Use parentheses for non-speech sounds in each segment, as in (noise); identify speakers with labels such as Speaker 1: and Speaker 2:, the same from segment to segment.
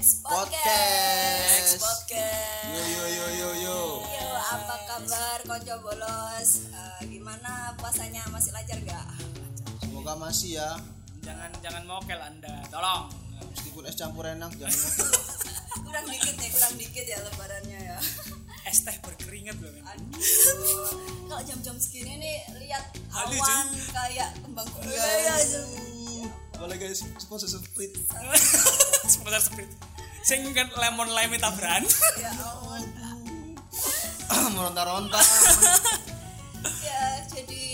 Speaker 1: X Podcast.
Speaker 2: X Podcast.
Speaker 1: Yo yo yo yo yo.
Speaker 2: Yo, apa kabar konco bolos? Eh, gimana puasanya masih lancar gak?
Speaker 1: Semoga masih ya.
Speaker 3: jangan jangan mokel anda tolong
Speaker 1: Meskipun es campur enak jangan ngobrol.
Speaker 2: (laughs) kurang dikit ya, kurang dikit ya lebarannya ya.
Speaker 3: es teh berkeringat loh ini.
Speaker 2: Aduh, kalau jam-jam segini nih lihat
Speaker 3: Aduh,
Speaker 2: awan kayak kembang
Speaker 3: Iya,
Speaker 2: kuda. ya,
Speaker 1: Boleh guys, sponsor sprint.
Speaker 3: (laughs) sebentar sprint sing kan lemon lime tabrakan
Speaker 2: Ya ampun.
Speaker 1: Ah, Meronta-ronta.
Speaker 2: Ya, jadi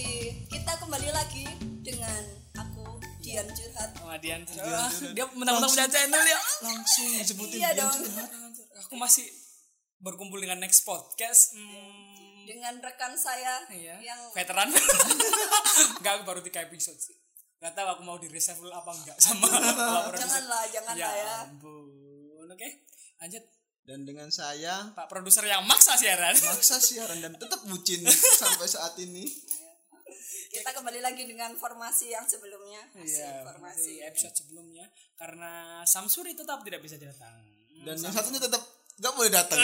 Speaker 2: kita kembali lagi dengan aku Dian Curhat.
Speaker 3: Madian Ah, dia mentang-mentang punya channel ya
Speaker 1: Langsung disebutin.
Speaker 2: Iya
Speaker 1: dia
Speaker 2: dong.
Speaker 1: curhat.
Speaker 3: aku masih berkumpul dengan next podcast hmm,
Speaker 2: Dengan rekan saya
Speaker 3: iya.
Speaker 2: yang
Speaker 3: veteran (laughs) nggak aku baru tiga episode sih nggak tahu aku mau di reshuffle apa enggak sama laporan
Speaker 2: janganlah, janganlah ya.
Speaker 3: ya ampun oke lanjut
Speaker 1: Dan dengan saya
Speaker 3: pak produser yang maksa siaran
Speaker 1: maksa siaran dan tetap bucin sampai saat ini.
Speaker 2: Kita kembali lagi dengan formasi yang sebelumnya. Hasil
Speaker 3: Iya,
Speaker 2: formasi.
Speaker 3: di episode sebelumnya karena Samsuri tetap tidak bisa datang.
Speaker 1: Dan yang satunya tetap nggak boleh datang.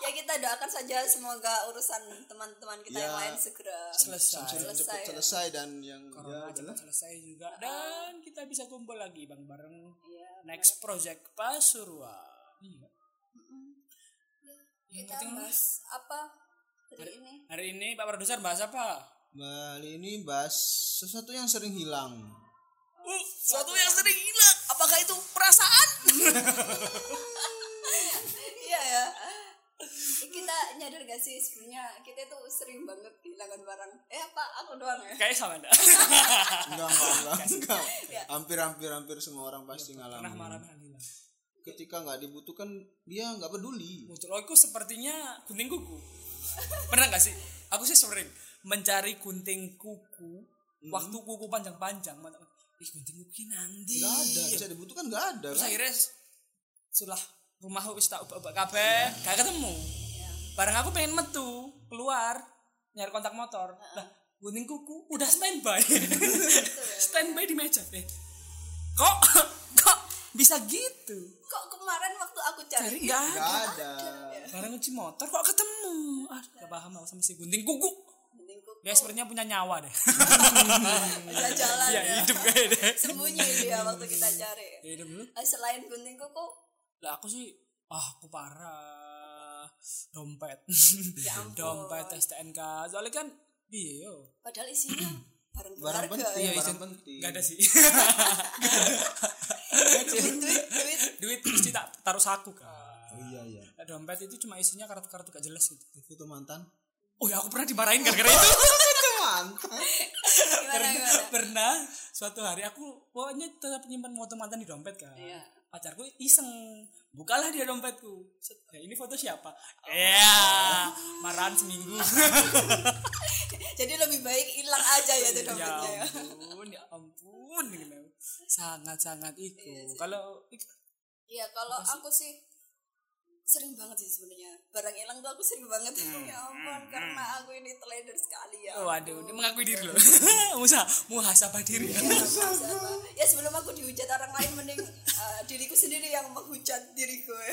Speaker 2: ya kita doakan saja semoga urusan teman-teman kita
Speaker 1: Ya.
Speaker 2: yang lain segera
Speaker 3: Selesai.
Speaker 1: Sudah
Speaker 2: Selesai.
Speaker 1: cepat selesai dan yang
Speaker 3: Corona
Speaker 1: dia adalah
Speaker 3: cepat selesai juga dan kita bisa kumpul lagi bang bareng
Speaker 2: Iya.
Speaker 3: next project Pasuruan. Iya. Yang
Speaker 2: kita
Speaker 3: penting-
Speaker 2: bahas apa hari ini (laughs)
Speaker 3: Hari ini Pak Produser bahas apa?
Speaker 1: Kali ini bahas sesuatu yang sering hilang.
Speaker 3: Uh, suatu yang sering hilang. Apakah itu perasaan?
Speaker 2: iya ya kita nyadar gak sih sebenarnya kita itu sering banget kehilangan barang eh apa aku doang ya
Speaker 3: (laughs) Kayaknya sama enggak?
Speaker 1: Enggak, enggak, enggak,
Speaker 3: (laughs)
Speaker 1: enggak. Hampir hampir hampir semua orang pasti
Speaker 3: Ya. Pernah
Speaker 1: ngalamin.
Speaker 3: marah hilang.
Speaker 1: ketika nggak dibutuhkan dia nggak peduli
Speaker 3: Muncul aku sepertinya gunting kuku. Pernah nggak sih? Aku sih sering mencari gunting kuku
Speaker 1: Hmm.
Speaker 3: waktu kuku panjang-panjang. mantap. Ih, gunting kuku nanti.
Speaker 1: nggak ada bisa Iya. dibutuhkan nggak ada
Speaker 3: Terus
Speaker 1: kan?
Speaker 3: akhirnya sulah rumah wis tak ubah-ubah kabeh, gak ketemu. Barang aku pengen metu, keluar nyari kontak motor. Lah, gunting kuku udah standby. standby di meja. Eh, kok kok bisa gitu?
Speaker 2: kok kemarin waktu aku
Speaker 3: Cari
Speaker 2: cari Ya,
Speaker 3: nggak
Speaker 1: nggak
Speaker 3: ada.
Speaker 1: ada
Speaker 3: Barang kunci motor kok ketemu? Ah, gak paham aku sama si gunting kuku.
Speaker 2: mending ku-
Speaker 3: Dia sepertinya punya nyawa
Speaker 2: (laughs)
Speaker 3: deh.
Speaker 2: udah jalan
Speaker 3: ya
Speaker 2: ya,
Speaker 3: hidup kayak deh.
Speaker 2: sembunyi dia waktu kita cari
Speaker 3: Ya hidup lu.
Speaker 2: Eh, selain gunting kuku
Speaker 3: Lah aku sih ah aku parah. Dompet.
Speaker 2: Ya ampun.
Speaker 3: Dompet STNK. Soalnya kan piye yo.
Speaker 2: padahal isinya barang
Speaker 1: barang iya,
Speaker 2: berharga
Speaker 1: penting
Speaker 2: ya.
Speaker 1: barang penting
Speaker 3: Gak ada sih. (laughs)
Speaker 2: duit duit
Speaker 1: (laughs)
Speaker 2: duit
Speaker 3: Duit mesti tak taruh saku kan.
Speaker 1: oh, iya iya
Speaker 3: Nah, dompet itu cuma isinya kartu-kartu gak jelas gitu.
Speaker 1: foto mantan
Speaker 3: Oh ya aku pernah dimarahin gara-gara itu.
Speaker 1: foto mantan
Speaker 2: gimana gimana
Speaker 3: (laughs) pernah suatu hari aku pokoknya tetap nyimpan foto mantan di dompet kan
Speaker 2: Iya.
Speaker 3: pacarku iseng bukalah dia dompetku Set, "Eh, ini foto siapa ya marahan seminggu (laughs)
Speaker 2: jadi lebih baik hilang aja ya tuh
Speaker 3: ya
Speaker 2: dompetnya ya.
Speaker 3: ampun ya ampun sangat sangat itu kalau
Speaker 2: Iya kalau aku sih sering banget sih sebenarnya barang hilang tuh aku sering banget (laughs) ya ampun karena aku ini teledor sekali ya.
Speaker 3: Hmm, waduh ini oh, mengakui diri loh (laughs) musa muhasabah diri
Speaker 2: Siapa? ya sebelum aku dihujat orang lain mending eh, diriku sendiri yang menghujat diriku. (laughs)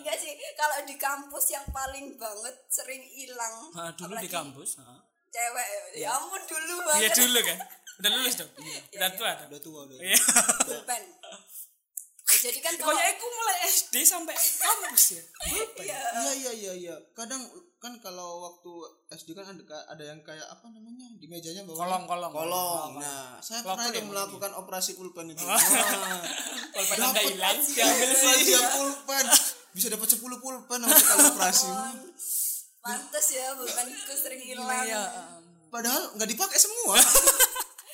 Speaker 2: Enggak sih kalau di kampus yang paling banget sering hilang
Speaker 3: Ah, dulu di
Speaker 2: apalagi
Speaker 3: kampus ah.
Speaker 2: cewek ya ampun dulu
Speaker 3: iya
Speaker 2: banget
Speaker 3: dulu kan udah lulus dong udah tua dong
Speaker 1: udah tua udah tua.
Speaker 3: iya
Speaker 2: pulpen. Ya, jadi kan kalau
Speaker 3: pokoknya aku mulai SD sampai kampus ya
Speaker 2: Iya.
Speaker 1: iya iya iya iya kadang kan kalau waktu SD kan ada ada yang kayak apa namanya di mejanya bawah
Speaker 3: Kolong-kolong.
Speaker 1: kolong nah saya pernah
Speaker 3: Pulpen
Speaker 1: itu
Speaker 3: ya,
Speaker 1: melakukan operasi pulpen (laughs) itu Wah.
Speaker 3: Pulpen anda
Speaker 1: Dapat.
Speaker 3: hilang diambil
Speaker 1: Operasi Iya, pulpen bisa dapat 10 pulpen sama sekali operasi
Speaker 2: Mantes ya pulpenku sering hilang.
Speaker 3: Iya.
Speaker 1: padahal nggak dipakai semua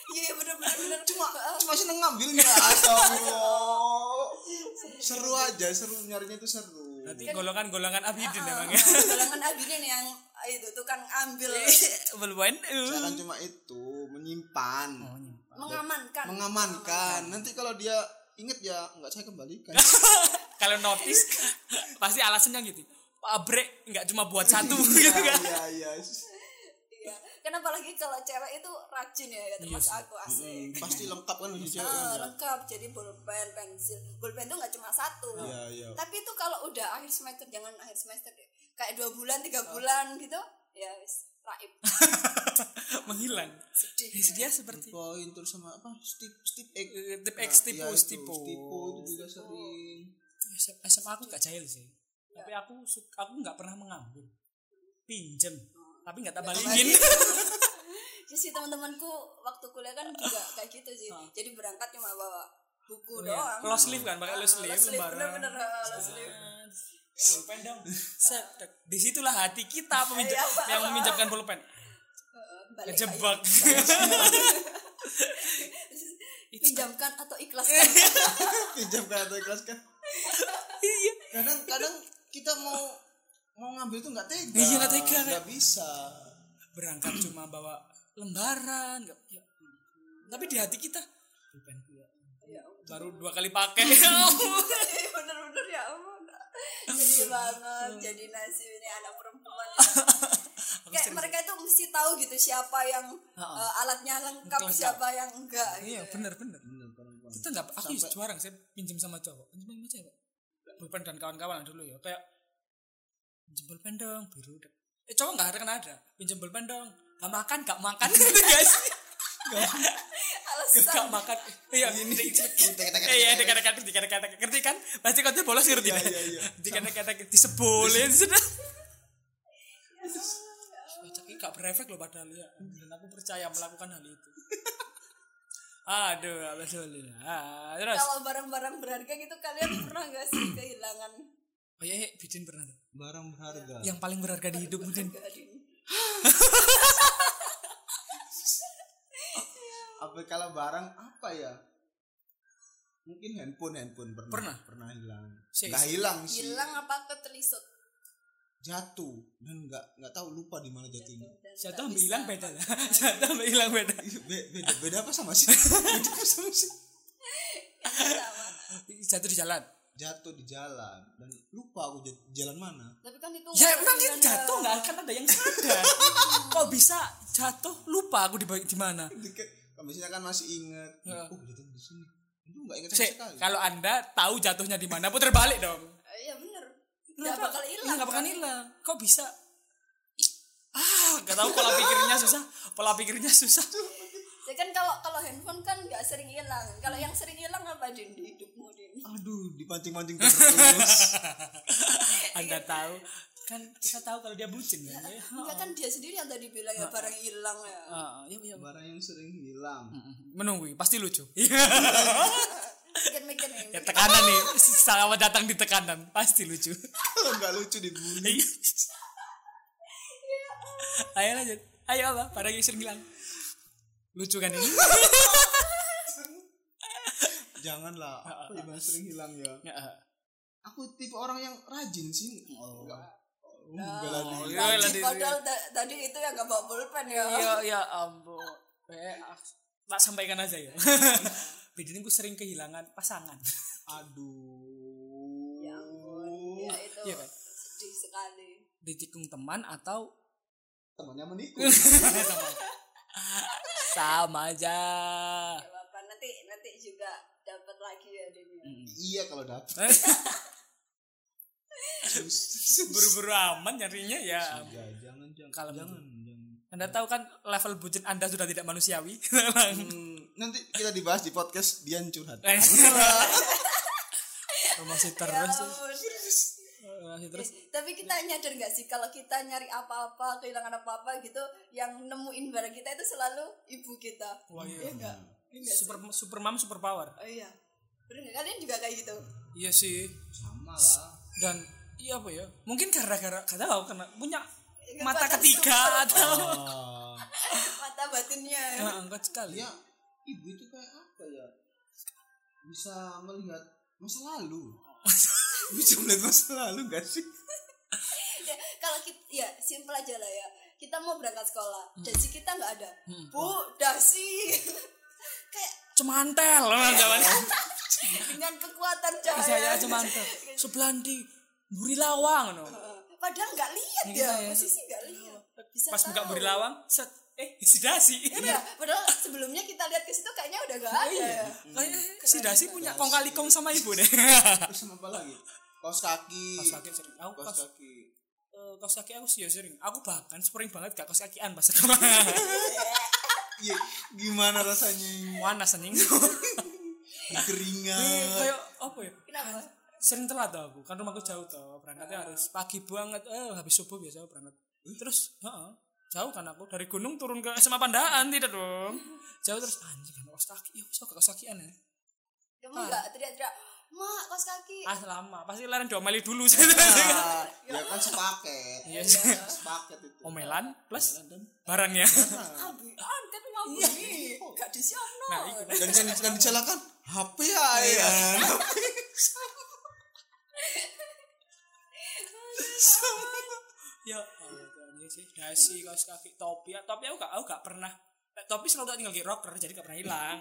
Speaker 2: Iya iya, bener bener bener cuma
Speaker 1: cuma seneng ngambilnya ya, astagfirullah seru aja seru nyarinya itu seru
Speaker 3: Berarti golongan-golongan Abidin emang ya.
Speaker 2: ah, golongan abidin yang ah, itu tukang ambil
Speaker 3: Iya. Belum
Speaker 1: saya kan cuma itu
Speaker 3: Oh,
Speaker 1: menyimpan
Speaker 2: (laughs)
Speaker 3: iya.
Speaker 2: mengamankan.
Speaker 1: mengamankan nanti kalau dia inget ya nggak saya
Speaker 3: (laughs)
Speaker 1: kembalikan
Speaker 3: Oh, Kalau notice (laughs) gitu Iya. kan. pasti alasannya gitu. Pabrik nggak cuma buat satu gitu kan.
Speaker 1: iya iya
Speaker 2: ya kenapa lagi kalau cewek itu rajin ya kata mas aku asli
Speaker 1: Mm, pasti lengkap
Speaker 3: Iya,
Speaker 1: kan di
Speaker 2: Ah,
Speaker 1: cewek kan, ya.
Speaker 2: lengkap jadi bolpen pensil bolpen tuh nggak cuma satu
Speaker 1: Iya, iya.
Speaker 2: tapi itu kalau udah akhir semester jangan akhir semester deh kayak dua bulan tiga bulan gitu ya wis raib
Speaker 3: menghilang
Speaker 2: sedih
Speaker 3: dia seperti
Speaker 1: Poin terus sama apa? Stip stip egg.
Speaker 3: eh, tip
Speaker 1: Nah,
Speaker 3: X tipu
Speaker 1: iya, itu,
Speaker 3: tipu
Speaker 1: Stipo itu juga sering.
Speaker 3: SMA aku gak jahil sih tapi aku su- aku nggak pernah mengambil pinjem tapi nggak tak balikin Iya.
Speaker 2: Terus sih teman-temanku waktu kuliah kan
Speaker 3: (coughs)
Speaker 2: juga kayak gitu sih. Jadi berangkat cuma bawa buku doang.
Speaker 3: Lost sleeve kan, pakai
Speaker 2: Ah,
Speaker 3: lost sleeve, lembaran.
Speaker 2: Bener-bener ah, lost sleeve.
Speaker 3: pulpen dong Sedek. disitulah hati kita peminjam
Speaker 2: Iya, Pak.
Speaker 3: yang meminjamkan pulpen
Speaker 2: Eh, (laughs) balik
Speaker 3: kejebak (laughs) iya.
Speaker 2: aja. Pinjamkan atau
Speaker 3: (laughs) Ya
Speaker 2: ikhlaskan.
Speaker 1: (laughs) Pinjam ke atau kelas kan?
Speaker 3: iya
Speaker 1: Kadang kadang kita mau mau ngambil tuh nggak tega.
Speaker 3: Iya, nggak tega, kan?
Speaker 1: Nggak bisa.
Speaker 3: berangkat cuma bawa lembaran nggak- ya. tapi di hati kita pulpen gua
Speaker 2: ya ampun.
Speaker 3: baru dua kali pakai
Speaker 2: (laughs) Bener-bener ya ampun. Jadi banget jadi nasib ini anak perempuan. ya.
Speaker 3: (laughs) Aku
Speaker 2: Kayak
Speaker 3: sering-
Speaker 2: mereka itu mesti tahu gitu siapa yang
Speaker 3: Ha-ha.
Speaker 2: eh, alatnya lengkap,
Speaker 3: Lengkap.
Speaker 2: siapa yang enggak gitu.
Speaker 3: iya bener bener
Speaker 1: Bener, perempuan.
Speaker 3: kita nggak aku ya
Speaker 1: Sampai-
Speaker 3: jarang saya pinjam sama cowok pinjam sama cewek pulpen dan kawan-kawan dulu ya kayak pinjam pulpen dong biru dek. eh cowok nggak ada kan ada pinjam pulpen dong gak makan gak
Speaker 2: (laughs)
Speaker 3: makan gitu guys
Speaker 2: (laughs) Alasan
Speaker 3: gak makan iya ini
Speaker 1: Teka-teka.
Speaker 3: Eh, iya dekat-dekat dekat-dekat ngerti kan pasti kan bolos ngerti kan
Speaker 1: iya, iya.
Speaker 3: dekat-dekat disebulin sudah Cek gak berefek loh padahal ya dan aku percaya melakukan hal (laughs) itu aduh alhamdulillah terus
Speaker 2: kalau barang-barang berharga gitu kalian pernah nggak
Speaker 3: (clears throat)
Speaker 2: sih kehilangan
Speaker 3: oh iya iya, bidin pernah tuh.
Speaker 1: Barang berharga.
Speaker 3: yang paling berharga di hidup Bidin
Speaker 2: gading?
Speaker 1: apa kalau barang apa ya mungkin handphone handphone pernah
Speaker 3: Pernah?
Speaker 1: hilang
Speaker 3: Si-
Speaker 1: nggak hilang sih
Speaker 2: hilang apa ketelisut
Speaker 1: jatuh dan nggak nggak tahu lupa di mana jatuhnya
Speaker 3: jatuh ambil hilang beda lah (laughs) jatuh ambil hilang beda
Speaker 1: Iya, be- beda beda apa sama
Speaker 3: (laughs)
Speaker 1: sih beda apa sama sih
Speaker 2: Iya, sama
Speaker 3: jatuh di jalan
Speaker 1: jatuh di jalan dan lupa aku jat- jalan mana
Speaker 2: tapi kan itu
Speaker 3: ya
Speaker 2: nggak
Speaker 3: emang kan
Speaker 2: dengan-
Speaker 3: jatuh nggak akan ada yang (laughs) sadar kok bisa jatuh lupa aku di ba- di mana
Speaker 1: Deket- kalau misalnya kan masih inget
Speaker 3: Ya.
Speaker 1: oh jatuh di sini itu nggak ingat sama
Speaker 3: Sik,
Speaker 1: sekali
Speaker 3: kalau anda tahu jatuhnya di mana putar balik dong
Speaker 2: Eh, iya bener nggak bakal hilang
Speaker 3: Iya, nggak bakal
Speaker 2: kan?
Speaker 3: hilang kok bisa Ih, ah nggak tahu pola pikirnya susah pola pikirnya susah
Speaker 2: ya kan kalau kalau handphone kan nggak sering hilang kalau yang sering hilang apa din di hidupmu din
Speaker 3: Oh.
Speaker 1: aduh dipancing pancing
Speaker 3: (laughs)
Speaker 1: terus
Speaker 3: anda tahu kan kita tahu kalau dia bucin kan ya
Speaker 2: Enggak kan dia sendiri yang tadi bilang ya
Speaker 3: Oh.
Speaker 2: barang hilang ya
Speaker 3: Ah, iya, iya.
Speaker 1: barang yang sering hilang (laughs)
Speaker 3: menunggu pasti lucu Iya.
Speaker 2: mikir-mikir nih
Speaker 3: ya tekanan nih selamat datang di tekanan pasti lucu
Speaker 1: kalau nggak lucu
Speaker 3: Iya.
Speaker 1: dibully
Speaker 3: ayo lanjut ayo apa pada yang sering bilang lucu kan ini
Speaker 1: janganlah (laughs) apa ya barang sering hilang ya
Speaker 2: Iya.
Speaker 3: Heeh.
Speaker 1: aku tipe orang yang rajin sih oh. enggak oh, enggak lah
Speaker 3: Oh,
Speaker 1: Di.
Speaker 3: iya, iya,
Speaker 2: Tadi,
Speaker 3: iya.
Speaker 2: padahal ta- tadi itu yang nggak bawa pulpen ya
Speaker 3: Iya, ya ampun. Eh, ah, tak sampaikan aja ya. (laughs) Bedanya gue sering kehilangan pasangan. (laughs)
Speaker 1: aduh
Speaker 2: ya ampun ya itu
Speaker 3: Iya kan?
Speaker 2: sedih sekali
Speaker 3: Ditikung teman atau
Speaker 1: temannya (laughs) menikung
Speaker 3: sama aja.
Speaker 2: Ya, Bapak nanti nanti juga dapat lagi ya Din.
Speaker 1: iya kalau dapet
Speaker 3: Eh, (laughs) Buru-buru aman nyarinya ya.
Speaker 1: ya, jangan jangan
Speaker 3: Kalem.
Speaker 1: jangan, jangan.
Speaker 3: Anda tahu kan level bucin Anda sudah tidak manusiawi. (laughs)
Speaker 1: Hmm, nanti kita dibahas di podcast Dian curhat
Speaker 3: Eh, (laughs) masih
Speaker 2: Ya
Speaker 3: terus,
Speaker 2: ampun.
Speaker 3: masih terus.
Speaker 2: Eh, Tapi kita nyadar nggak sih kalau kita nyari apa-apa kehilangan apa-apa gitu, yang nemuin barang kita itu selalu ibu kita.
Speaker 3: Wah, iya.
Speaker 2: Eh, nggak? Iya nggak sih?
Speaker 3: Super supermam super power.
Speaker 2: Oh iya. Bener nggak? Kalian juga kayak gitu.
Speaker 3: Iya sih.
Speaker 1: sama lah
Speaker 3: dan iya apa ya mungkin gara-gara gak tahu karena punya
Speaker 2: Nggak
Speaker 3: mata
Speaker 2: patah
Speaker 3: ketiga atau
Speaker 1: Ah,
Speaker 2: Mata batinnya. ya.
Speaker 3: Nah, angkat sekali
Speaker 1: ya ibu itu kayak apa ya bisa melihat masa lalu (laughs) bisa melihat masa lalu gak sih
Speaker 2: Ya, kalau kita ya simpel aja lah ya. Kita mau berangkat sekolah,
Speaker 3: Hmm.
Speaker 2: dasi kita nggak ada. Bu, dasi. kayak
Speaker 3: cemantel orang zaman
Speaker 2: (laughs) dengan kekuatan cahaya.
Speaker 3: saya cemantel sebelandi buri lawang no
Speaker 2: Padahal nggak lihat
Speaker 3: Iya,
Speaker 2: ya,
Speaker 3: ya.
Speaker 2: posisi nggak lihat. bisa
Speaker 3: pas buka
Speaker 2: tahu.
Speaker 3: beri lawang set eh si dasi
Speaker 2: Iya, padahal sebelumnya kita lihat ke situ kayaknya udah
Speaker 3: Oh,
Speaker 2: gak ada.
Speaker 3: iya.
Speaker 2: ya.
Speaker 3: Kayaknya eh, si dasi punya kong kali kong sama ibu deh
Speaker 1: terus sama apa lagi kaos kaki
Speaker 3: kaos kaki sering aku
Speaker 1: kaos
Speaker 3: kaos
Speaker 1: kaki
Speaker 3: eh, kaos kaki aku sih ya sering aku bahkan sering banget gak kaos kakian pas (laughs) sekarang
Speaker 1: iya gimana rasanya ini?
Speaker 3: panas anjing Eh,
Speaker 1: (laughs) keringat
Speaker 3: kayak apa ya
Speaker 2: Kenapa?
Speaker 3: sering telat tau aku kan rumahku jauh tau berangkatnya harus pagi banget eh habis subuh biasa aku berangkat terus heeh, jauh kan aku dari gunung turun ke SMA Pandaan tidak dong jauh terus anjing kan kaos kaki ya usah kaos kakian ya
Speaker 2: Kamu nggak teriak-teriak, "Mak, kaos kaki."
Speaker 3: ah lama pasti leren diomeli dulu
Speaker 1: Ah, ya kan sepaket
Speaker 3: gitu. Iya. Oh
Speaker 1: sepaket itu
Speaker 3: (laughs) omelan plus
Speaker 1: dan
Speaker 3: barangnya
Speaker 2: Abi, ah, kan mau beli. Gak di sono.
Speaker 3: Iya. nah itu
Speaker 1: dan kan yang dan disalahkan HP ya
Speaker 3: Iya.
Speaker 1: ya
Speaker 3: (laughs) ya Allah Tuhan, iya sih dasi kaos kaki topi ya topi aku gak aku gak pernah topi selalu tak tinggal di rocker jadi gak pernah hilang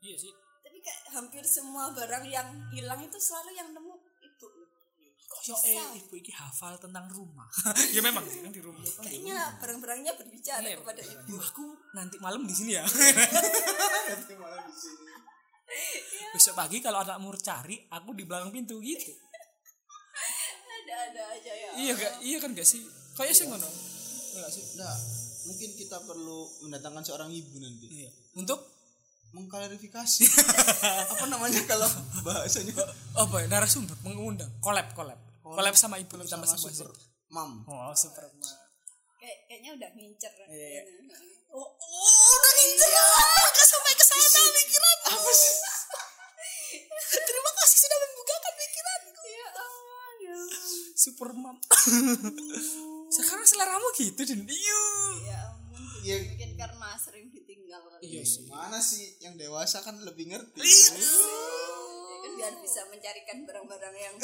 Speaker 3: iya sih
Speaker 2: Tapi kayak hampir semua barang yang hilang itu selalu yang nemu ibu.
Speaker 3: Yo, eh, ibu iki hafal tentang rumah. (laughs) ya memang sih, kan di rumah.
Speaker 2: Kayaknya barang-barangnya berbicara
Speaker 3: Iya,
Speaker 2: kepada ibu.
Speaker 3: Duh, aku nanti malam di
Speaker 2: (laughs)
Speaker 3: sini ya.
Speaker 1: Nanti malah di sini
Speaker 3: Besok pagi kalau anakmu cari, aku di belakang pintu gitu.
Speaker 2: Ada-ada aja ya.
Speaker 3: iya gak? Iya kan gak sih? Kayak sih ngono. Enggak sih?
Speaker 1: nah mungkin kita perlu mendatangkan seorang ibu nanti
Speaker 3: Iya. Untuk (laughs)
Speaker 1: mengklarifikasi apa namanya kalau bahasanya
Speaker 3: apa ya? Narasumber mengundang, collab, collab. Collab sama ibu sama,
Speaker 1: sama
Speaker 3: sama
Speaker 1: super mam
Speaker 3: Oh, super.
Speaker 2: Kayak kayaknya udah ngincer.
Speaker 3: Iya.
Speaker 2: Oh, oh, udah ngincer. Gak sampai ke sana pikiran. Apa sih? (laughs) Terima kasih sudah membukakan pikiranku. Ya ampun. ya ampun.
Speaker 3: Super mom.
Speaker 2: (laughs)
Speaker 3: Sekarang seleramu gitu, Den. Iya.
Speaker 2: Ya ampun.
Speaker 1: Iya.
Speaker 2: Mungkin karena sering ditinggal kali.
Speaker 3: Iya sih.
Speaker 1: mana sih yang dewasa kan lebih ngerti
Speaker 2: Ya kan biar bisa mencarikan barang-barang
Speaker 3: (laughs)
Speaker 2: yang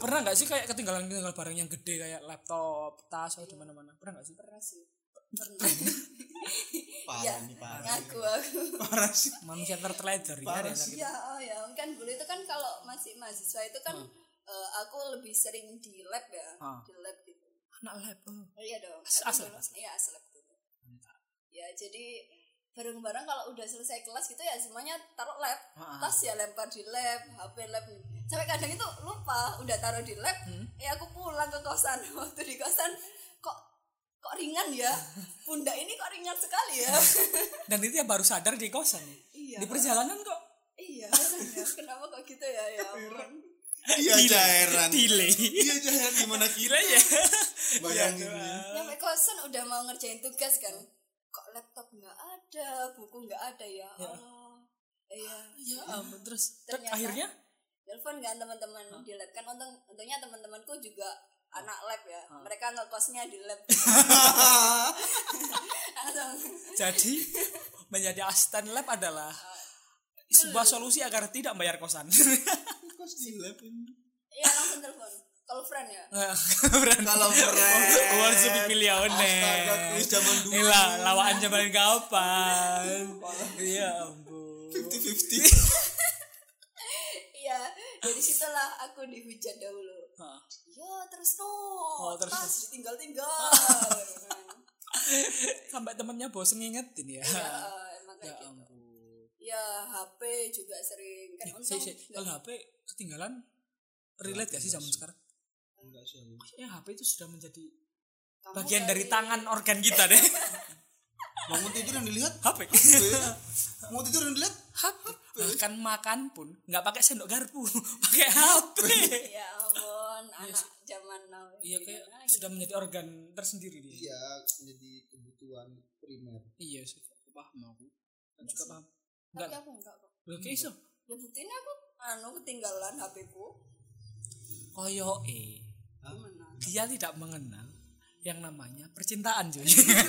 Speaker 3: Pernah gak sih kayak ketinggalan ketinggalan barang yang gede kayak laptop, tas atau di mana-mana? Pernah gak sih?
Speaker 2: pernah sih. Pernah. Ya,
Speaker 1: parah nih parah
Speaker 2: ngaku aku.
Speaker 1: parah sih
Speaker 3: manusia terteledor ya,
Speaker 1: Parah
Speaker 3: ya
Speaker 1: sih.
Speaker 2: ya oh ya kan dulu itu kan kalau masih mahasiswa itu kan eh, aku lebih sering di lab ya
Speaker 3: Hmm. Ah.
Speaker 2: di lab gitu
Speaker 3: anak lab oh.
Speaker 2: oh, iya dong
Speaker 3: As-
Speaker 2: Aku
Speaker 3: aslab,
Speaker 2: dulu- iya aslab dulu ya jadi bareng-bareng kalau udah selesai kelas gitu ya semuanya taruh lab
Speaker 3: Ah.
Speaker 2: tas ya lempar di lab hp lab gitu. sampai kadang itu lupa udah taruh di lab
Speaker 3: Hmm.
Speaker 2: ya aku pulang ke kosan (laughs) waktu di kosan kok kok ringan ya pundak ini kok ringan sekali
Speaker 3: (laughs)
Speaker 2: ya
Speaker 3: dan itu yang baru sadar di kosan ya?
Speaker 2: Iya.
Speaker 3: di perjalanan kok
Speaker 2: iya ya, kenapa kok gitu ya ya ampun
Speaker 1: iya jaheran
Speaker 3: delay
Speaker 1: (laughs) iya jaheran gimana
Speaker 3: gila
Speaker 1: kita
Speaker 3: ya
Speaker 1: bayangin
Speaker 2: (laughs)
Speaker 3: Iya,
Speaker 1: ya.
Speaker 2: nyampe kosan udah mau ngerjain tugas kan kok laptop nggak ada buku nggak ada ya Allah iya
Speaker 3: ya ampun terus ter-
Speaker 2: Ternyata-
Speaker 3: akhirnya
Speaker 2: telepon kan teman-teman di lab kan untung untungnya teman-temanku juga anak lab ya mereka ngekosnya di
Speaker 3: (laughs)
Speaker 2: lab langsung
Speaker 3: jadi menjadi asisten lab adalah sebuah solusi agar tidak bayar kosan
Speaker 1: kok di lab ini?
Speaker 2: iya langsung telepon call friend ya
Speaker 3: Berarti-
Speaker 1: Kalau friend.
Speaker 3: Gua harus
Speaker 1: Eh.
Speaker 3: jadi
Speaker 1: Astaga,
Speaker 3: milioner
Speaker 1: kuis zaman dulu.
Speaker 3: Gila, lawaan zaman kapan iya ampun
Speaker 1: fifty fifty
Speaker 2: iya dari situlah aku dihujat dahulu
Speaker 3: Hah.
Speaker 2: ya terus no
Speaker 3: Oh, terus-
Speaker 2: tas ditinggal-tinggal
Speaker 3: sampai temennya bosen ngingetin (laughs) ya
Speaker 2: ya eh, emang
Speaker 3: ya
Speaker 2: kayak gitu
Speaker 3: ampun
Speaker 2: Ya HP juga sering kan untung
Speaker 3: saya kalau
Speaker 2: nggak-
Speaker 3: HP ketinggalan relate gak sih zaman sekarang?
Speaker 1: enggak sih
Speaker 3: Ya HP itu sudah menjadi
Speaker 2: kamu
Speaker 3: bagian dari tangan organ kita deh. (laughs)
Speaker 1: bangun tidur yang dilihat
Speaker 3: HP.
Speaker 1: mau tidur yang dilihat
Speaker 3: HP. Bahkan makan pun nggak pakai sendok garpu, (laughs) pakai HP.
Speaker 2: Ya
Speaker 3: (laughs)
Speaker 2: ampun anak zaman now
Speaker 3: Iya kayak
Speaker 2: Gimana gitu.
Speaker 3: sudah menjadi organ tersendiri dia.
Speaker 1: iya jadi kebutuhan primer
Speaker 3: Iya sih. Paham aku. Juga paham.
Speaker 2: Tapi
Speaker 3: Enggak.
Speaker 2: aku enggak kok
Speaker 3: Lho kayak iso.
Speaker 2: Ya buktinya aku anu ketinggalan HP ku
Speaker 3: Koyo eh
Speaker 2: Gimana
Speaker 3: dia tidak mengenal yang namanya percintaan cuy.
Speaker 2: Iya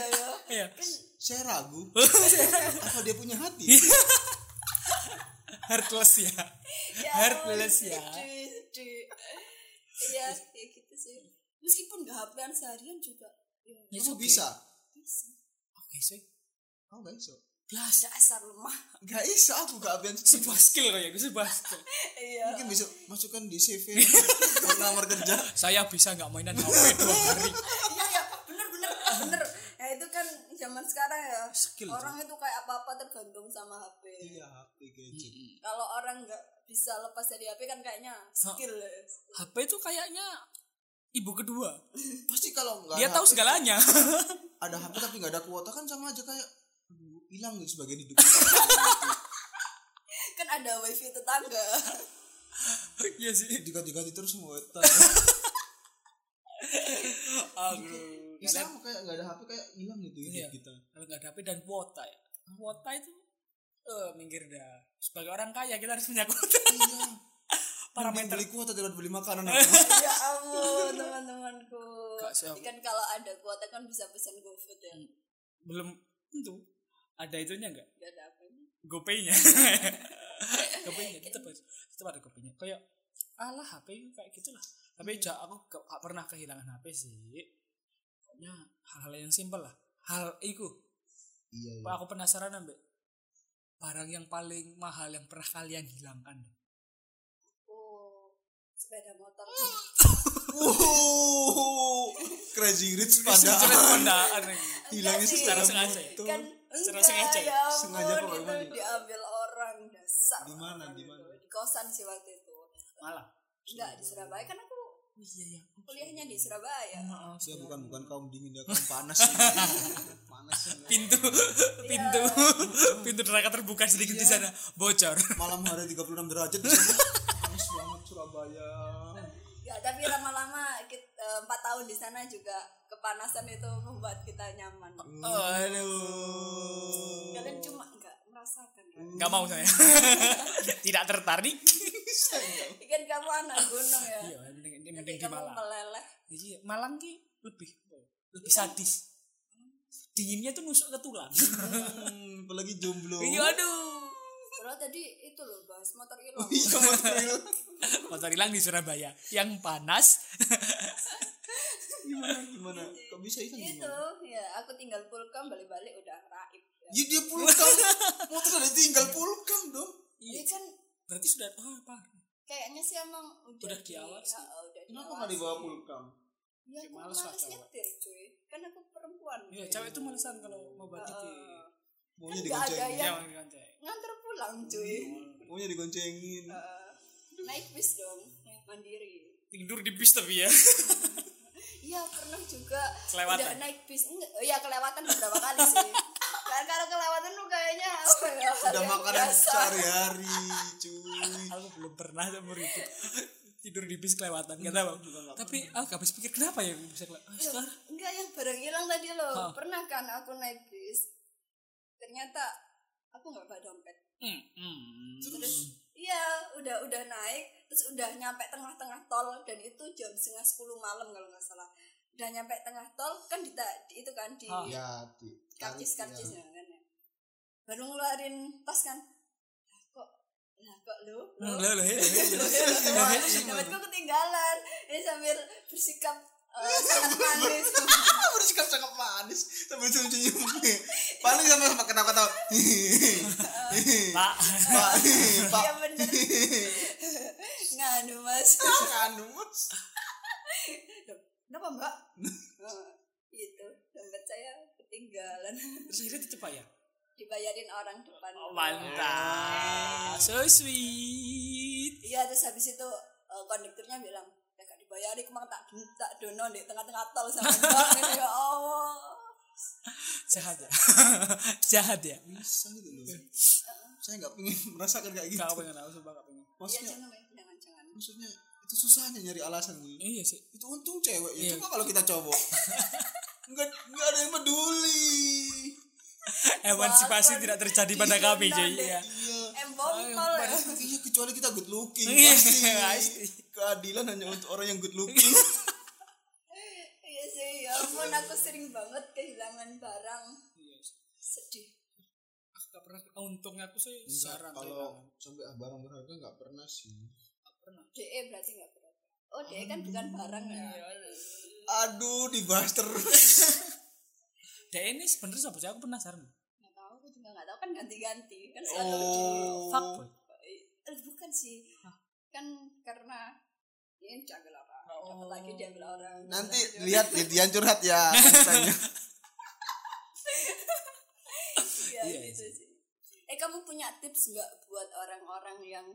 Speaker 3: (laughs)
Speaker 2: ya
Speaker 3: Iya.
Speaker 1: saya ragu apa dia punya hati
Speaker 3: Heartless ya.
Speaker 2: Ya
Speaker 3: Heartless
Speaker 2: ampun,
Speaker 3: ya.
Speaker 2: sedih, sedih. Iya ya gitu sih Meskipun gak HP-an seharian juga ya,
Speaker 3: Ya,
Speaker 1: kamu
Speaker 3: oke.
Speaker 1: bisa
Speaker 2: bisa
Speaker 3: Oke sih.
Speaker 1: kamu nggak bisa
Speaker 3: Blas.
Speaker 2: dasar lemah (laughs)
Speaker 1: Gak iso aku gak abian
Speaker 3: Sebuah skill kayaknya, sebuah skill.
Speaker 2: iya
Speaker 1: Mungkin besok masukkan di CV ngelamar kerja.
Speaker 3: Saya bisa nggak mainan HP dua hari.
Speaker 2: iya ya bener bener bener ya itu kan zaman sekarang ya
Speaker 3: Skill,
Speaker 2: orang itu kayak apa apa tergantung sama HP
Speaker 1: Iya, HP gadget.
Speaker 2: kalau orang nggak bisa lepas dari HP kan kayaknya skill ya.
Speaker 3: HP itu kayaknya ibu kedua.
Speaker 1: Pasti kalau nggak
Speaker 3: Dia
Speaker 1: ada
Speaker 3: tahu
Speaker 1: HP,
Speaker 3: segalanya.
Speaker 1: ada HP tapi nggak ada kuota kan sama aja kayak aduh, hilang gitu sebagian hidup.
Speaker 2: kan ada wifi tetangga
Speaker 1: (laughs)
Speaker 3: Iya sih.
Speaker 1: Diganti-ganti terus sama kuota.
Speaker 3: Aduh.
Speaker 1: Ya sama kayak nggak ada HP kayak hilang gitu hidup
Speaker 3: Iya.
Speaker 1: kita.
Speaker 3: kalau nggak ada HP dan kuota ya kuota itu eh minggir dah sebagai orang kaya kita harus punya kuota (laughs)
Speaker 1: Iya. Mending
Speaker 3: parameter
Speaker 1: beli kuota daripada beli makanan. Iya,
Speaker 2: ya ampun teman-temanku
Speaker 3: Kak, Hmm. siap.
Speaker 2: kan kalau ada kuota kan bisa pesan GoFood ya
Speaker 3: belum tentu ada itunya nggak
Speaker 2: nggak ada apa ini
Speaker 3: gopaynya (laughs) gopaynya tetap harus- tetap ada gopaynya kayak alah HP itu kayak gitulah tapi ja, aku gak, gak pernah kehilangan HP sih pokoknya hal-hal yang simpel lah hal itu
Speaker 1: Iya. iya.
Speaker 3: Pak, aku penasaran ambek barang yang paling mahal yang pernah kalian hilangkan
Speaker 2: oh sepeda motor
Speaker 1: Wow, crazy rich (laughs)
Speaker 3: Sejeret
Speaker 1: pada
Speaker 3: pondaan lagi.
Speaker 1: hilangnya
Speaker 2: Enggak sih.
Speaker 1: secara
Speaker 3: Sengaja. ya?
Speaker 1: motor.
Speaker 2: kan
Speaker 3: Secara
Speaker 2: enggak
Speaker 3: sengaja.
Speaker 2: ya ampun
Speaker 1: Sengaja apa
Speaker 2: itu
Speaker 1: gimana?
Speaker 2: diambil orang dasar
Speaker 1: Di mana,
Speaker 2: orang
Speaker 1: di
Speaker 2: itu.
Speaker 1: mana?
Speaker 2: di kosan sih waktu itu
Speaker 3: malah
Speaker 2: enggak di Surabaya kan aku
Speaker 3: oh iya ya
Speaker 2: kuliahnya di Surabaya
Speaker 3: maaf
Speaker 1: Dia
Speaker 3: ya.
Speaker 1: bukan bukan kaum dingin dia kaum panas. ya. panas.
Speaker 3: pintu (laughs) pintu pintu neraka terbuka sedikit di sana bocor
Speaker 1: Malam hari 36 derajat di sana. Panas banget Surabaya.
Speaker 2: ya tapi lama-lama kita empat tahun di sana juga kepanasan itu membuat kita nyaman
Speaker 3: aduh
Speaker 2: kalian cuma enggak merasakan kan
Speaker 3: nggak mau saya (laughs) tidak tertarik
Speaker 2: kan kamu anak gunung ya
Speaker 3: iya mending ini
Speaker 2: jadi
Speaker 3: mending di
Speaker 2: kamu
Speaker 3: Malang
Speaker 2: meleleh
Speaker 3: jadi Malang ki lebih lebih sadis dinginnya tuh nusuk ke tulang
Speaker 1: Hmm, apalagi jomblo.
Speaker 3: iya aduh
Speaker 2: Padahal tadi itu loh bahas motor hilang
Speaker 1: Iya, motoril.
Speaker 3: motor hilang di Surabaya yang panas
Speaker 1: Gimana gimana? Kok bisa hilang
Speaker 2: itu
Speaker 1: gimana?
Speaker 2: ya aku tinggal pulkam balik-balik udah raib ya.
Speaker 1: Ya dia pulkam. Motor ada tinggal pulkam dong.
Speaker 2: Iya
Speaker 3: iya
Speaker 2: kan
Speaker 3: berarti sudah oh apa
Speaker 2: kayaknya sih emang udah,
Speaker 3: Udah
Speaker 2: di-
Speaker 3: diawasi.
Speaker 2: ha, udah
Speaker 1: Kenapa nggak dibawa pulkam?
Speaker 2: Ya,
Speaker 3: Kayak
Speaker 2: aku
Speaker 3: males
Speaker 2: males,
Speaker 3: lah cowok.
Speaker 2: nyetir cuy. Kan aku perempuan.
Speaker 3: iya cewek itu malesan kalau mau ya. Iya, buat titik
Speaker 2: Heeh. Kan nggak
Speaker 1: Maunya
Speaker 2: ada
Speaker 1: digoncengin.
Speaker 2: ya.
Speaker 3: jangan digonceng.
Speaker 2: Nganter pulang cuy.
Speaker 1: Iya. Maunya digoncengin.
Speaker 2: Heeh. naik bis dong, mandiri.
Speaker 3: tidur di bis tapi ya
Speaker 2: Iya pernah juga.
Speaker 3: Kelewatan.
Speaker 2: Udah naik bis, enggak, ya kelewatan beberapa kali sih. Kan kalau kelewatan tuh kayaknya apa ya?
Speaker 1: Udah
Speaker 2: yang
Speaker 1: makanan
Speaker 2: biasa.
Speaker 1: sehari-hari, cuy.
Speaker 3: (laughs) aku belum pernah seumur itu tidur di bis kelewatan kata bang tapi aku gak habis pikir kenapa ya bisa kelewatan
Speaker 2: Ya, Enggak yang barang hilang tadi loh.
Speaker 3: Hah.
Speaker 2: Pernah kan aku naik bis. Ternyata aku nggak bawa dompet.
Speaker 3: hmm, hmm.
Speaker 2: terus iya udah udah naik terus udah nyampe tengah-tengah tol dan itu jam setengah sepuluh malam kalau nggak salah udah nyampe tengah tol kan di, di- itu kan di
Speaker 3: Ah.
Speaker 1: ya di
Speaker 2: karcis karcis ya kan ya baru ngeluarin tas kan Lah, kok lah kok lu lu
Speaker 3: Hmm, lah, lah, lah, lah.
Speaker 2: dompetku ketinggalan ini sambil bersikap eh, sangat manis (laughs)
Speaker 1: ah bersikap cakep manis sambil senyum senyum paling sama sama kena kata
Speaker 3: (laughs)
Speaker 2: (laughs)
Speaker 3: pak
Speaker 1: pak pak
Speaker 2: ya bener nganu mas
Speaker 1: anu mas
Speaker 2: Loh, kenapa mbak Eh, itu dompet saya ketinggalan (laughs)
Speaker 3: terus akhirnya tutup apa ya
Speaker 2: dibayarin orang depan
Speaker 3: mantap Ah, so sweet
Speaker 2: iya terus habis itu eh, kondukturnya bilang ya gak dibayari kemang tak tak dono di tengah-tengah tol sama mbak (laughs) Gitu, ya Allah
Speaker 3: jahat ya (laughs) jahat ya
Speaker 1: bisa gitu loh saya nggak pengen (laughs) merasakan kayak gitu
Speaker 3: gak pengen aku sumpah gak pengen
Speaker 2: iya
Speaker 1: maksudnya
Speaker 2: jangan jangan jangan
Speaker 1: maksudnya itu susahnya nyari alasan gitu
Speaker 3: iya sih
Speaker 1: itu untung cewek
Speaker 3: Iya.
Speaker 1: ya coba kalau kita
Speaker 3: (laughs)
Speaker 1: cowok nggak nggak ada yang peduli
Speaker 3: emansipasi
Speaker 2: Bahkan
Speaker 3: tidak terjadi pada kami
Speaker 2: dihina
Speaker 3: jadi
Speaker 2: deh.
Speaker 3: ya
Speaker 1: iya
Speaker 2: embong tol ya
Speaker 1: iya kecuali kita good looking
Speaker 3: Eh, (laughs) Iya, pasti.
Speaker 1: pasti keadilan hanya untuk orang yang good looking (laughs)
Speaker 2: iya sih ya ampun aku sering banget kehilangan barang sedih
Speaker 3: aku Ah, gak pernah untungnya aku sih
Speaker 1: Enggak,
Speaker 3: jarang
Speaker 1: kalau sampai ah, barang berharga nggak pernah sih
Speaker 2: DE E berarti nggak berapa oh DE kan bukan barang ya
Speaker 1: aduh dibahas terus
Speaker 3: Dan ini sebenarnya siapa sih aku penasaran
Speaker 2: nggak tahu aku juga nggak tahu kan ganti-ganti kan selalu
Speaker 3: Oh.
Speaker 1: Fuckboy.
Speaker 2: di eh, bukan sih kan karena dia diambil orang dapat
Speaker 3: Oh.
Speaker 2: lagi diambil orang
Speaker 4: Nanti
Speaker 2: Dapat lagi
Speaker 4: lihat di Dian curhat ya.
Speaker 3: (laughs)
Speaker 4: Misalnya.
Speaker 2: ya,
Speaker 1: Iya,
Speaker 2: gitu sih. Eh kamu punya tips nggak buat orang-orang yang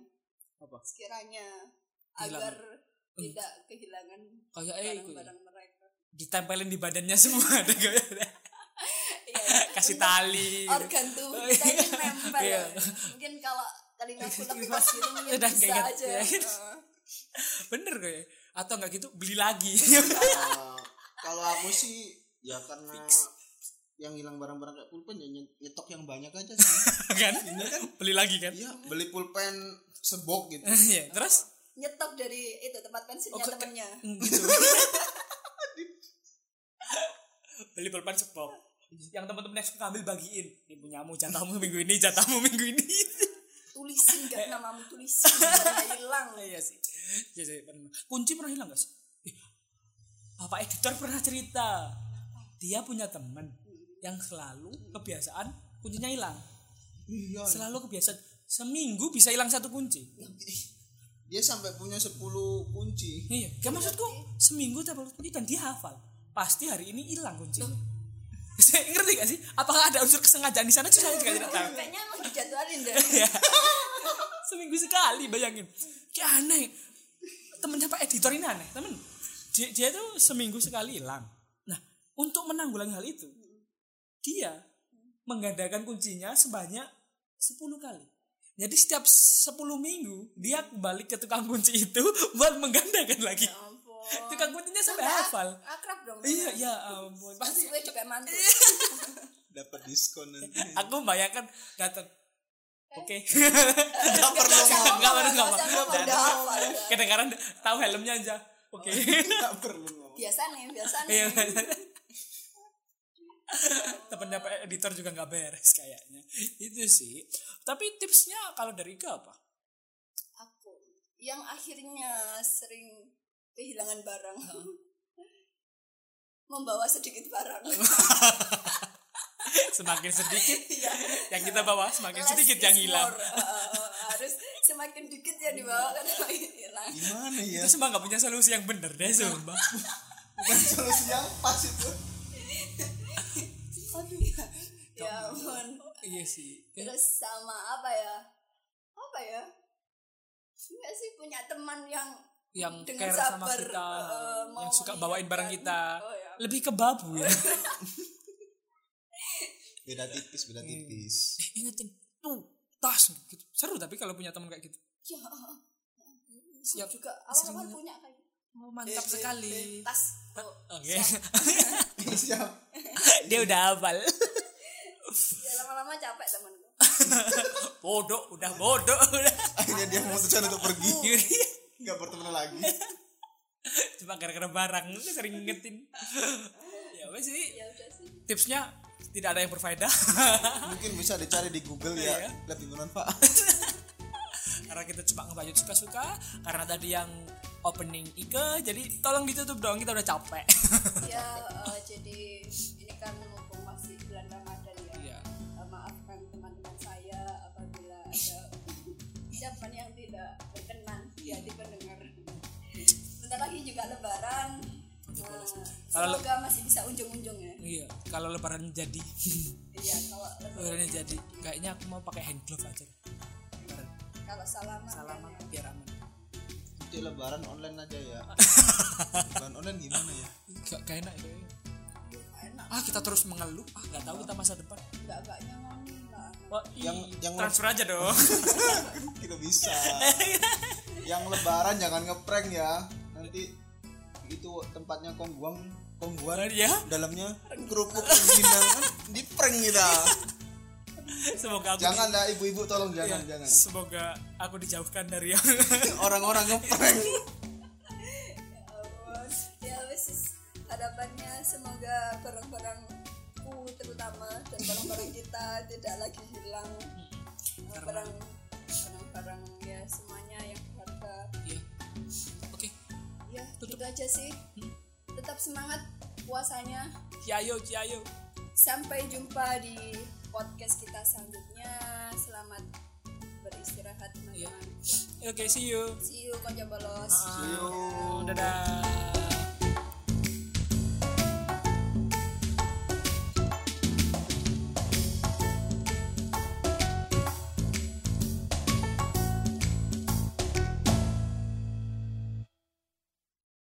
Speaker 1: Apa?
Speaker 2: sekiranya
Speaker 3: Kehilangan. (laughs)
Speaker 2: agar tidak kehilangan
Speaker 3: kayak eh gue.
Speaker 2: barang-barang
Speaker 3: (laughs)
Speaker 2: mereka?
Speaker 3: ditempelin di badannya semua (laughs) ada kayak
Speaker 2: Iya,
Speaker 3: kasih
Speaker 2: untuk
Speaker 3: tali gitu.
Speaker 2: organ tubuh kita ini nempel. ya.
Speaker 3: (laughs) Iya.
Speaker 2: Mungkin kalau telinga aku lebih pas gitu mungkin
Speaker 3: (laughs) Udah
Speaker 2: bisa
Speaker 3: keinget,
Speaker 2: aja. (laughs)
Speaker 3: ya.
Speaker 2: Heeh.
Speaker 3: bener kayak atau nggak gitu beli lagi
Speaker 4: Kalau- Kalau aku sih ya karena
Speaker 1: yang hilang barang-barang kayak pulpen ya nyet- nyetok yang banyak aja sih
Speaker 2: (laughs)
Speaker 3: kan beli lagi kan
Speaker 1: iya
Speaker 4: beli pulpen sebok gitu.
Speaker 3: (laughs) Iya, terus
Speaker 2: Nyetok dari itu tempat pensilnya
Speaker 3: Oh, ke-
Speaker 2: temennya.
Speaker 3: gitu. (laughs) beli pulpen sepok yang teman-teman next ambil bagiin ini punyamu jatahmu minggu ini jatahmu minggu ini
Speaker 2: Tulisin
Speaker 3: (laughs)
Speaker 2: gak namamu tulisin biar nggak hilang.
Speaker 3: Eh. iya sih Iya sih, pernah. kunci pernah hilang gak sih Ih, bapak editor pernah cerita dia punya teman yang selalu kebiasaan kuncinya hilang
Speaker 1: iya
Speaker 3: selalu kebiasaan seminggu bisa hilang satu kunci
Speaker 1: dia sampai punya 10 kunci
Speaker 3: Iya, gak maksudku seminggu tak kunci dan dia hafal. Pasti hari ini hilang kuncinya. Saya (laughs) ngerti gak sih? Apakah ada unsur kesengajaan di sana? Itu saya juga tidak tahu.
Speaker 2: Kayaknya emang dijadwalin
Speaker 3: (laughs)
Speaker 2: deh.
Speaker 3: Ya. Seminggu sekali bayangin. Kayak aneh. Temennya Pak Editor ini aneh, temen. Dia, dia tuh seminggu sekali hilang. Nah, untuk menanggulangi hal itu, dia menggandakan kuncinya sebanyak 10 kali. Jadi setiap 10 minggu dia balik ke tukang kunci itu (laughs) buat menggandakan lagi.
Speaker 2: Ya ampun.
Speaker 3: Tukang kuncinya kan sampai hafal.
Speaker 2: Akrab dong.
Speaker 3: Iya, ya ampun. Pasti
Speaker 2: Pasti gue juga mantu.
Speaker 1: dapat diskon nanti
Speaker 3: aku bayangkan datang. Oke.
Speaker 4: Gak perlu
Speaker 2: Nggak
Speaker 4: ngomong.
Speaker 3: Enggak perlu
Speaker 2: nggak
Speaker 3: enggak
Speaker 2: usah ngomong, udah hafal.
Speaker 3: (laughs) Kedengaran tahu helmnya aja. Oke.
Speaker 1: nggak perlu ngomong
Speaker 2: Biasa nih, biasa nih.
Speaker 3: Iya. (laughs) Temennya Pak editor juga nggak beres kayaknya. Itu sih. Tapi tipsnya kalau dari Ika apa?
Speaker 2: Aku yang akhirnya sering kehilangan barang. (laughs) Membawa sedikit barang.
Speaker 3: Semakin sedikit
Speaker 2: (laughs) Iya.
Speaker 3: yang kita bawa, semakin
Speaker 2: Less
Speaker 3: sedikit
Speaker 2: is
Speaker 3: yang hilang.
Speaker 2: more. Uh, harus semakin dikit yang dibawa kan (laughs) semakin hilang.
Speaker 1: gimana ya
Speaker 3: Kita semua nggak punya solusi yang benar deh,
Speaker 2: (laughs)
Speaker 3: sumpah.
Speaker 1: bukan solusi yang pas itu
Speaker 2: Aduh. Ya ampun.
Speaker 3: Iya sih.
Speaker 2: Terus sama apa ya? Apa ya? Enggak sih punya teman yang
Speaker 3: yang
Speaker 2: Dengan
Speaker 3: care sama
Speaker 2: sabar,
Speaker 3: kita,
Speaker 2: eh, mau
Speaker 3: yang suka bawain barang kita.
Speaker 2: mengingatkan. Oh, ya.
Speaker 3: Lebih ke babu ya.
Speaker 1: beda tipis beda tipis
Speaker 3: Eh, ingetin tuh tas gitu. Seru tapi kalau punya teman kayak gitu.
Speaker 2: ya
Speaker 3: Siap.
Speaker 2: juga
Speaker 3: Sering
Speaker 2: awal-awal
Speaker 3: banget.
Speaker 2: punya kayak gitu.
Speaker 3: Oh, mantap sekali.
Speaker 2: tas oh,
Speaker 3: Oke.
Speaker 1: siap
Speaker 3: eh, Dia udah hafal.
Speaker 2: ya lama-lama capek temanku
Speaker 3: bodoh, udah bodoh, (laughs) udah.
Speaker 1: akhirnya dia memutuskan untuk pergi
Speaker 3: Yuri, (laughs)
Speaker 1: nggak berteman lagi
Speaker 3: Cuma gara-gara barang lu sering ngetin. ya wes sih.
Speaker 2: ya udah sih
Speaker 3: Tipsnya tidak ada yang berfaedah (laughs)
Speaker 1: mungkin bisa dicari di Google
Speaker 3: Iya.
Speaker 1: ya lebih bermanfaat
Speaker 3: karena kita cuma ngebajut suka-suka karena tadi yang opening Ike jadi tolong ditutup dong kita udah capek (laughs)
Speaker 2: ya eh, jadi ini kan mumpung masih bulan ramadan ya
Speaker 3: Iya.
Speaker 2: Eh, maafkan teman-teman saya apabila ada ucapan yang tidak berkenan Iya, di hati pendengar bentar lagi juga lebaran Nah,
Speaker 3: Kalau-
Speaker 2: semoga masih bisa unjung-unjung ya
Speaker 3: iya kalau lebaran jadi (laughs)
Speaker 2: iya kalau lebaran
Speaker 3: Akhirnya jadi kayaknya aku mau pakai hand glove aja. Lebaran.
Speaker 2: kalau salaman
Speaker 3: Salaman
Speaker 2: kan ya.
Speaker 3: biar aman.
Speaker 1: itu lebaran online aja ya lebaran online gimana ya
Speaker 3: Gak, gak enak ya.
Speaker 2: enak
Speaker 3: Ah kita terus mengeluh. Ah nggak tahu kita masa depan.
Speaker 2: nggak nggak nyaman lah
Speaker 3: Oh,
Speaker 1: Yang- yang-
Speaker 3: transfer aja dong.
Speaker 1: tidak bisa yang lebaran jangan ngeprank ya nanti itu tempatnya kongguang kongguan
Speaker 3: (laughs) ya.
Speaker 1: dalamnya kerupuk rengginang kan di prank kita
Speaker 3: Semoga aku
Speaker 1: jangan lah ibu-ibu tolong
Speaker 3: di-
Speaker 1: jangan
Speaker 3: ya,
Speaker 1: jangan
Speaker 3: Semoga aku dijauhkan dari yang
Speaker 1: orang-orang ngeprank
Speaker 2: ya wes is- harapannya semoga barang-barangku terutama dan barang-barang kita tidak lagi hilang Eh, barang barang-barang ya semuanya yang berharga gitu
Speaker 3: (laughs) Iya. Oke.
Speaker 2: ya itu aja sih tetap semangat puasanya
Speaker 3: Ciao, ciao.
Speaker 2: sampai jumpa di podcast kita selanjutnya selamat beristirahat teman-teman
Speaker 3: Oke, see you.
Speaker 2: see you konco bolos
Speaker 3: Ah, Dadah.